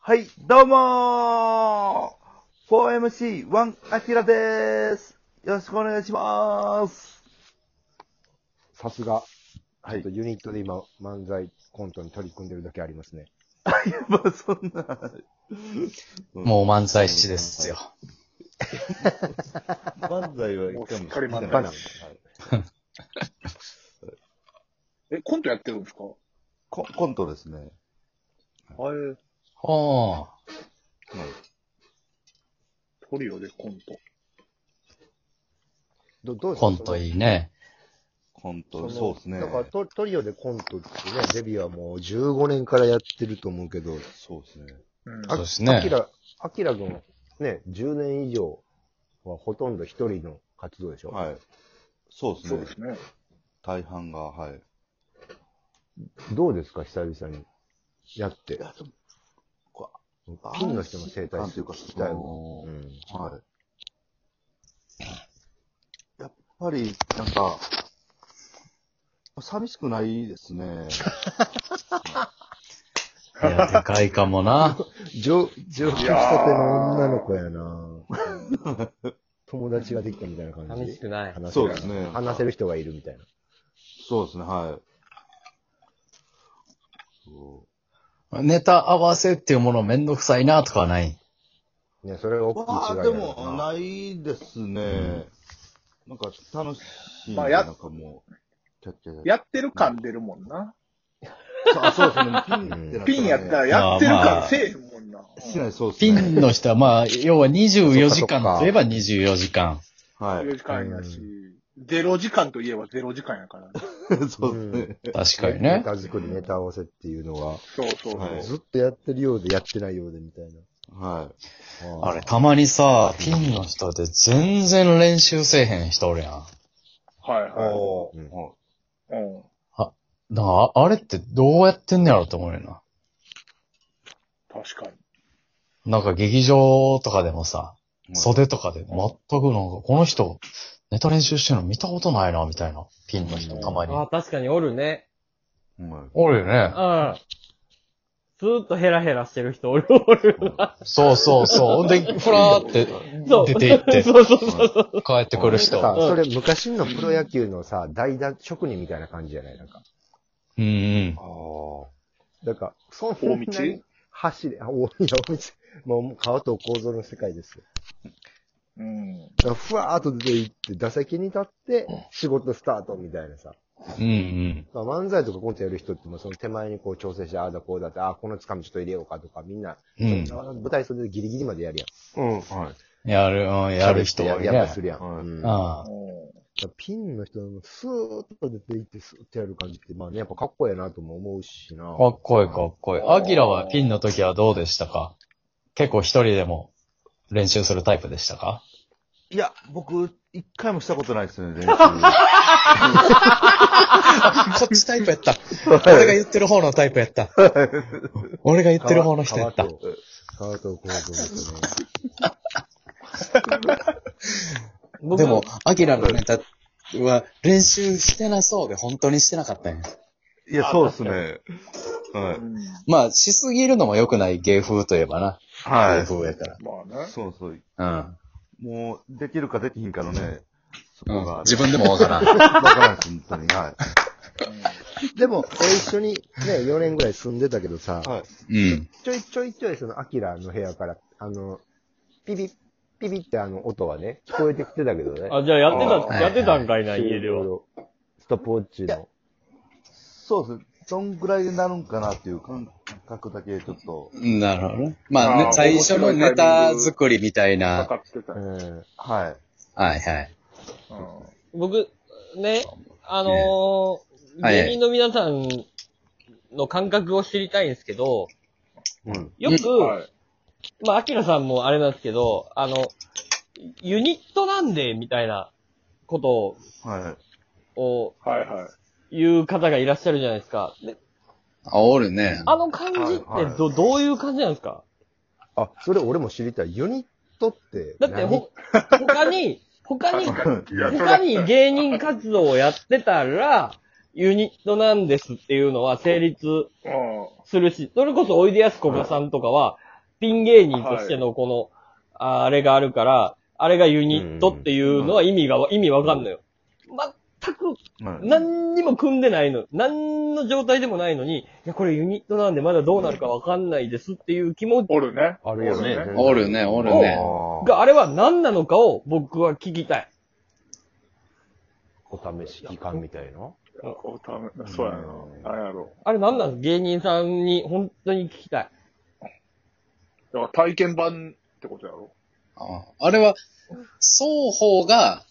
はい、どうもー !4MC1 アキラでーすよろしくお願いしまーすさすが。はい ちょっとユニットで今、漫才コントに取り組んでるだけありますね。やっぱそんな、もう漫才師ですよ。漫才は一回ももうしっかり漫才はいはいえ、コントやってるんですかココントですね。あれ、おー。トリオでコント。どどうですかコントいいね。コンそト、のそうですねだ。からトトリオでコントってね、デビューはもう15年からやってると思うけど、そうですね。うんそうですアねキ。ラ、アキラ君、ね、10年以上はほとんど一人の活動でしょ、はい。そうですそうねで。すね。大半が、はい。どうですか久々にやって。こピンの人の生態なんてい聞うかきたいそものん。うんはい。やっぱり、なんか、寂しくないです ね。いや、でかいかもな。上、上級したての女の子やな友達ができたみたいな感じ。寂しくない。話せそうるですね。話せる人がいるみたいな。そうですね、はい。そネタ合わせっていうものめんどくさいなとかはない。ね、それがう。大きわいあ、で違いやろうも、な。ないですね。なんか、楽しい。まあやっなんかもう、キャッキャやってる感出るもんな。あそうですね、ピンってなったらねピンやったらやってるまあま感あせえへんもんな。してない、そうですピね。ンの人は、まあ、要は24時そっかそっ間かといえば24時間。は0い。時間やし、ゼロ時間といえばゼロ時間やから ね。そうですね。確かにネね。タ作り、ネタ合わせっていうのは、そうそうそう。はいずっとやってるようでやってないようでみたいな。はい。あれ、たまにさ、ピンの人で全然練習せえへん人おるやん。はいはおうんい。うん。だから、ああれってどうやってんねやろと思うよな。確かに。なんか劇場とかでもさ、袖とかで全くなんか、この人、ネタ練習してるの見たことないな、みたいな。ピンの人、たまに。あ、確かにおるね。はいおるよねう。ん。ずーっとヘラヘラしてる人おる、おる。そうそうそう。で、ふらーってそう。出て行って、 そ うそうそうそう。帰ってくるなん人。か、それ昔のプロ野球のさ、代打職人みたいな感じじゃないなんか。うんうん。あだから、そん大な道に走れ、あ、大道、 大道。もう、もう川と構造の世界ですよ。うん。だからふわーっと出て行って、打席に立って、仕事スタートみたいなさ。うんまうん。あ、漫才とかコントやる人って、もうその手前にこう調整して、ああだこうだって、ああ、このつかみちょっと入れようかとか、みんな、うんその舞台袖でギリギリまでやるやん。あ。うん、はい。やる、うん、やる人や多いやっねぱ。するやん。はいうんだかあらピンの人のスーッと出ていって、スーッとやる感じって、まあね、やっぱかっこいいなとも思うしな。あ。かっこいいかっこいい。アキラはピンの時はどうでしたか結構一人でも練習するタイプでしたかいや、僕、一回もしたことないですね、練習。 こっちタイプや った。俺が言ってる方のタイプや った。俺が言川川と川と構造ですね。僕でも、、アキラのネタは練習してなそうで本当にしてなかったんや。いや、そうですね。はうい。ん。まあ、しすぎるのも良くない芸風といえばな。はい。芸風やかまあね。そうそう。ら。うん。もう、できるかできひんかのね、そこが。自分でもわからん。わからないです、本当に。はでも、俺一緒にね、4年ぐらい住んでたけどさ、い。はい。 うん。ちょいちょいちょいその、アキラの部屋から、あの、ピビッ、ピビってあの音はね、聞こえてきてたけどね。あ、じゃあやってあた、ーやってたんかいな、い家では。ろいろストップウォッチの。そうですね。どんぐらいになるんかなっていう感覚だけ、ちょっと。なるほどね。まあ、ねあー最初のネタ作りみたいかな。かってたうよ。ん。はい。はいはい。う僕、ね、あのーはい芸人の皆さんの感覚を知りたいんですけど、うん。よく、ん。はい。まあ、アキラさんもあれなんですけど、あの、ユニットなんで、みたいなことはい。をはいはい。言う方がいらっしゃるじゃないですか。であ、おるね。あの感じってど、はいはいどういう感じなんですかあ、それ俺も知りたい。ユニットってだ何。ってほ、他に、他 に、他に芸人活動をやってたら、ユニットなんですっていうのは成立うん。するし、それこそおいでやすこがさんとかは、ピン芸人としてのこの、ああれがあるから、あれがユニットっていうのは意味が、意味わかんのよ。全く、うん何にも組んでないの。何の状態でもないのに、いや、これユニットなんでまだどうなるかわかんないですっていう気持ちおるね。あるよね。全然おるね、おるね。あーが、あれは何なのかを僕は聞きたい。お試し期間みたいな。おためそうやな。なんやろあれ何なの芸人さんに本当に聞きたい。う。だから体験版ってことやろ。ああれは、双方が、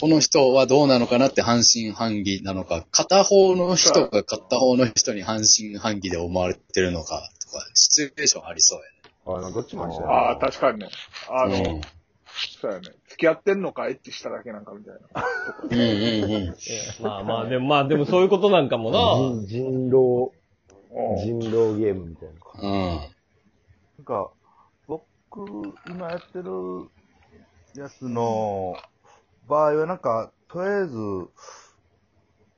この人はどうなのかなって半信半疑なのか、片方の人が片方の人に半信半疑で思われてるのかとか、シチュエーションありそうあーなんかどっちもありそうやなああ、確かにね。あやの、ね。そうやね。付き合ってんのかエッチしただけなんかみたいな。うんうんうんうん。 まあまあ、でもまあ、でもそういうことなんかもな。人人狼、うん人狼ゲームみたいな。うん。なんか、僕、今やってるやつの場合は、なんか、とりあえず、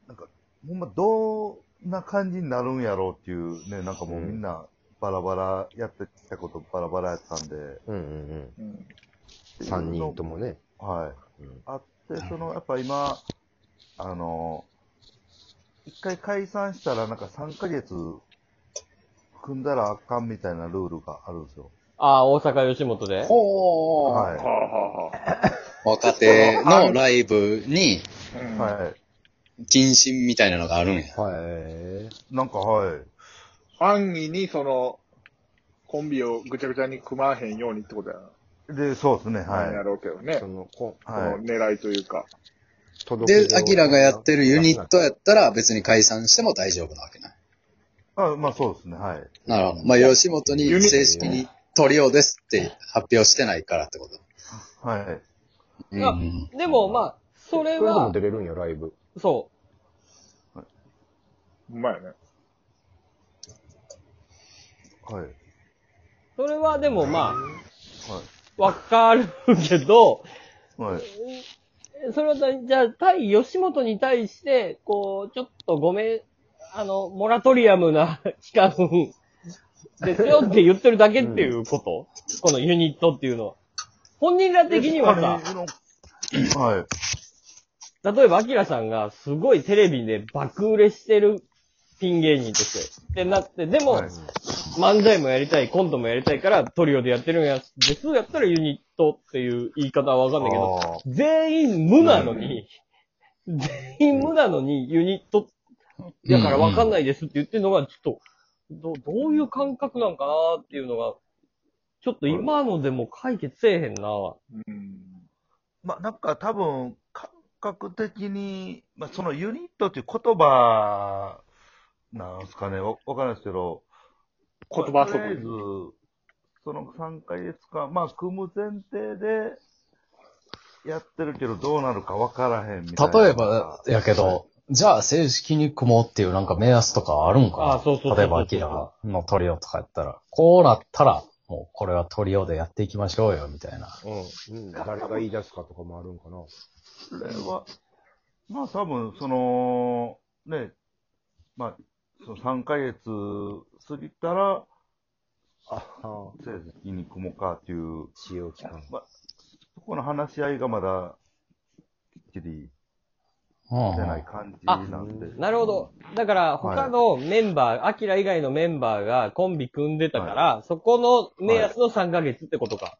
なんか、ほんま、どんな感じになるんやろうっていうね、なんかもうみんな、バラバラ、やってきたことバラバラやったんで。うんうんうんうん。三人ともね。はいうん。あって、その、やっぱ今、あの、一回解散したら、なんか3ヶ月、組んだらあかんみたいなルールがあるんですよ。ああ、大阪吉本で。ほー。はいはあ。はあは若手のライブに、あ。うんは謹慎みたいなのがあるんや。はい。い。なんか、はい。安易にその、コンビをぐちゃぐちゃに組まへんようにってことやで、そうですね、な。なんやはろうけどねそ。の、こい。そのはい。狙いというか。届で、アキラがやってるユニットやったら別に解散しても大丈夫なわけない。あまあ、そうですね、はい。なるほど。まあ、吉本にユニット正式にトリオですって発表してないからってこと。はい。うあん。でもまあ、それこれでもは出、れるんや、ライブ。そほんまやね。はい。はい。う。それはでもまあ、わかるけど、 はい。それはだ、じゃあ、対吉本に対して、こう、ちょっとごめん、あの、モラトリアムな期間ですよって言ってるだけっていうこと、このユニットっていうのは。本人ら的にはさ、さ。はい。例えば、アキラさんがすごいテレビで爆売れしてるピン芸人として、ってなって、でも、はい漫才もやりたい、コントもやりたいから、トリオでやってるんや、ですやったらユニットっていう言い方はわかんないけど、あ全員無なのに、全員無なのにユニットだからわかんないですって言ってるのが、ちょっと、どどういう感覚なんかなっていうのが、ちょっと今のでも解決せえへんな。うん。まあ、なんか多分、感覚的に、まあ、そのユニットっていう言葉、なんすかね、わわかんないですけど、言葉とりあえず遊、その3ヶ月間、まあ、組む前提でやってるけど、どうなるかわからへんみたいな。例えば、やけど、じゃあ正式に組もうっていうなんか目安とかあるんかなあそうそうそうそう例えばアキラのトリオとかやったら、こうなったら、もうこれはトリオでやっていきましょうよ、みたいな。うん。誰が言い出すかとかもあるんかな。それは、まあ多分、その、ね、まあ、その3ヶ月過ぎたら、ああ。成績に組もうかっていう、使用期間。そこの話し合いがまだ、きっちりうん出ない感じなんで。なるほど。だから、他のメンバー、アキラ以外のメンバーがコンビ組んでたから、そこの目安の3ヶ月ってことか。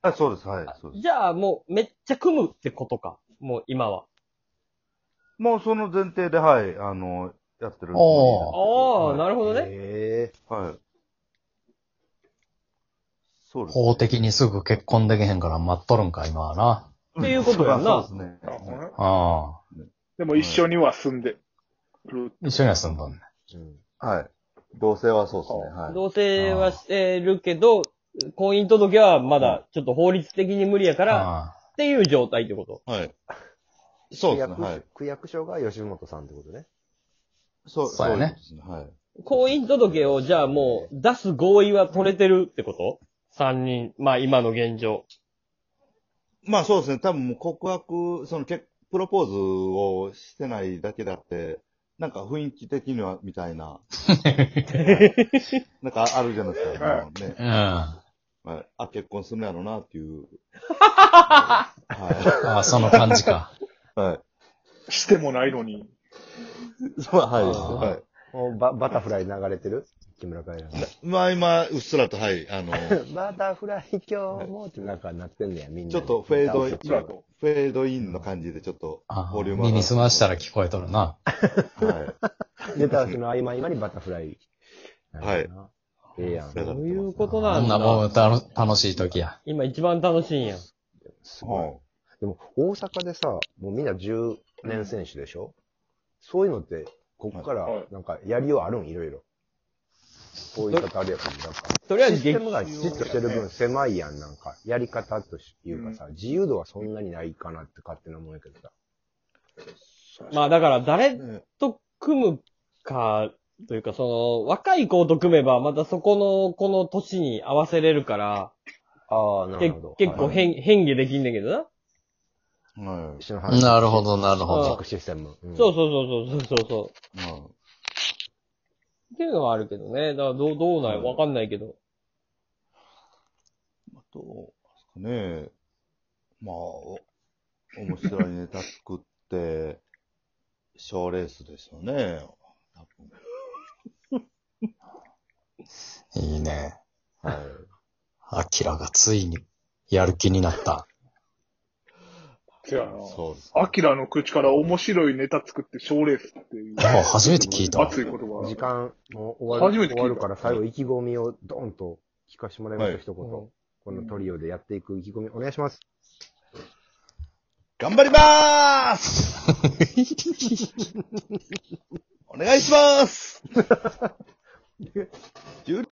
あ、そうです、はい、そうです。じゃあ、もうめっちゃ組むってことか。もう今は。もうその前提で、はい、あの、やってるんで。あおあ、はいなるほどね。えはい。そうです。法的にすぐ結婚できへんから待っとるんか、今はな。っていうことやんなあそうですね。あほんまやあでも一緒には住んでる。あ。一緒には住んどんね。え。うん。はい。同棲はそうですね。はい。同棲はしてるけど、婚姻届はまだちょっと法律的に無理やから、あっていう状態ってこと。はい。そうですね。区役はい。区役所が吉本さんってことね。そう、そうやねいうことですね。はい。婚姻届をじゃあもう出す合意は取れてるってこと三人、まあ今の現状。まあそうですね。多分もう告白、その結、プロポーズをしてないだけだって、なんか雰囲気的には、みたい な。なんかあるじゃないですか。はあのねうん。あまあ、あ、結婚するんやろうな、って いう。はあ、その感じか。い。はい。してもないのに。そうはい。あーはい。もうババタフライ流れてる木村カエラの。まあ今、うっすらと、はい、あの、バタフライ今日もってなんかなってんねや、みんな。ちょっとフェードイン、ちらっとフェードインの感じでちょっとあ、あボリューム耳澄ましたら。ら聞こえとるな。はネタ合わせの合間合間にバタフライ。はいええやん。そういうことなん女もだ。うたの楽しい時や。今一番楽しいんや。すい。ごい。はでも、大阪でさ、もうみんな10年選手でしょ、そういうのって、こっからはいはい、なんか、やりようあるん、いろいろ。こういう方あるやん、なんか。とりあえシずステ激ムがきちっとしてる分狭いやん、なんか。やり方というかさ、自由度はそんなにないかなって勝手な思うんやけどさ。まあだから誰い。ねと組むか、というかその、若い子と組めばまたそこの、この年に合わせれるから、ああ、なけるほど。結構はい変、変化できんねんけどな。は一緒の話なるほど、なるほうどん。システム。うんそうそうそうそうそうそう。い。うんっていうのはあるけどね。だからどう、どうないわかんないけど。あと、なんですかね、まあ、お面白いネタ作って、賞レースですよね。多分いいね。はい。アキラがついに、やる気になった。せやな。そうです。アキラの口から面白いネタ作って賞レースっていう。あ初めて聞いた熱い言葉。時間もう終わる初めて聞終いたわるから最後意気込みをドーンと聞かせてもらいましょはう、い一言、うんこのトリオでやっていく意気込みお願いします。頑張りまーすお願いします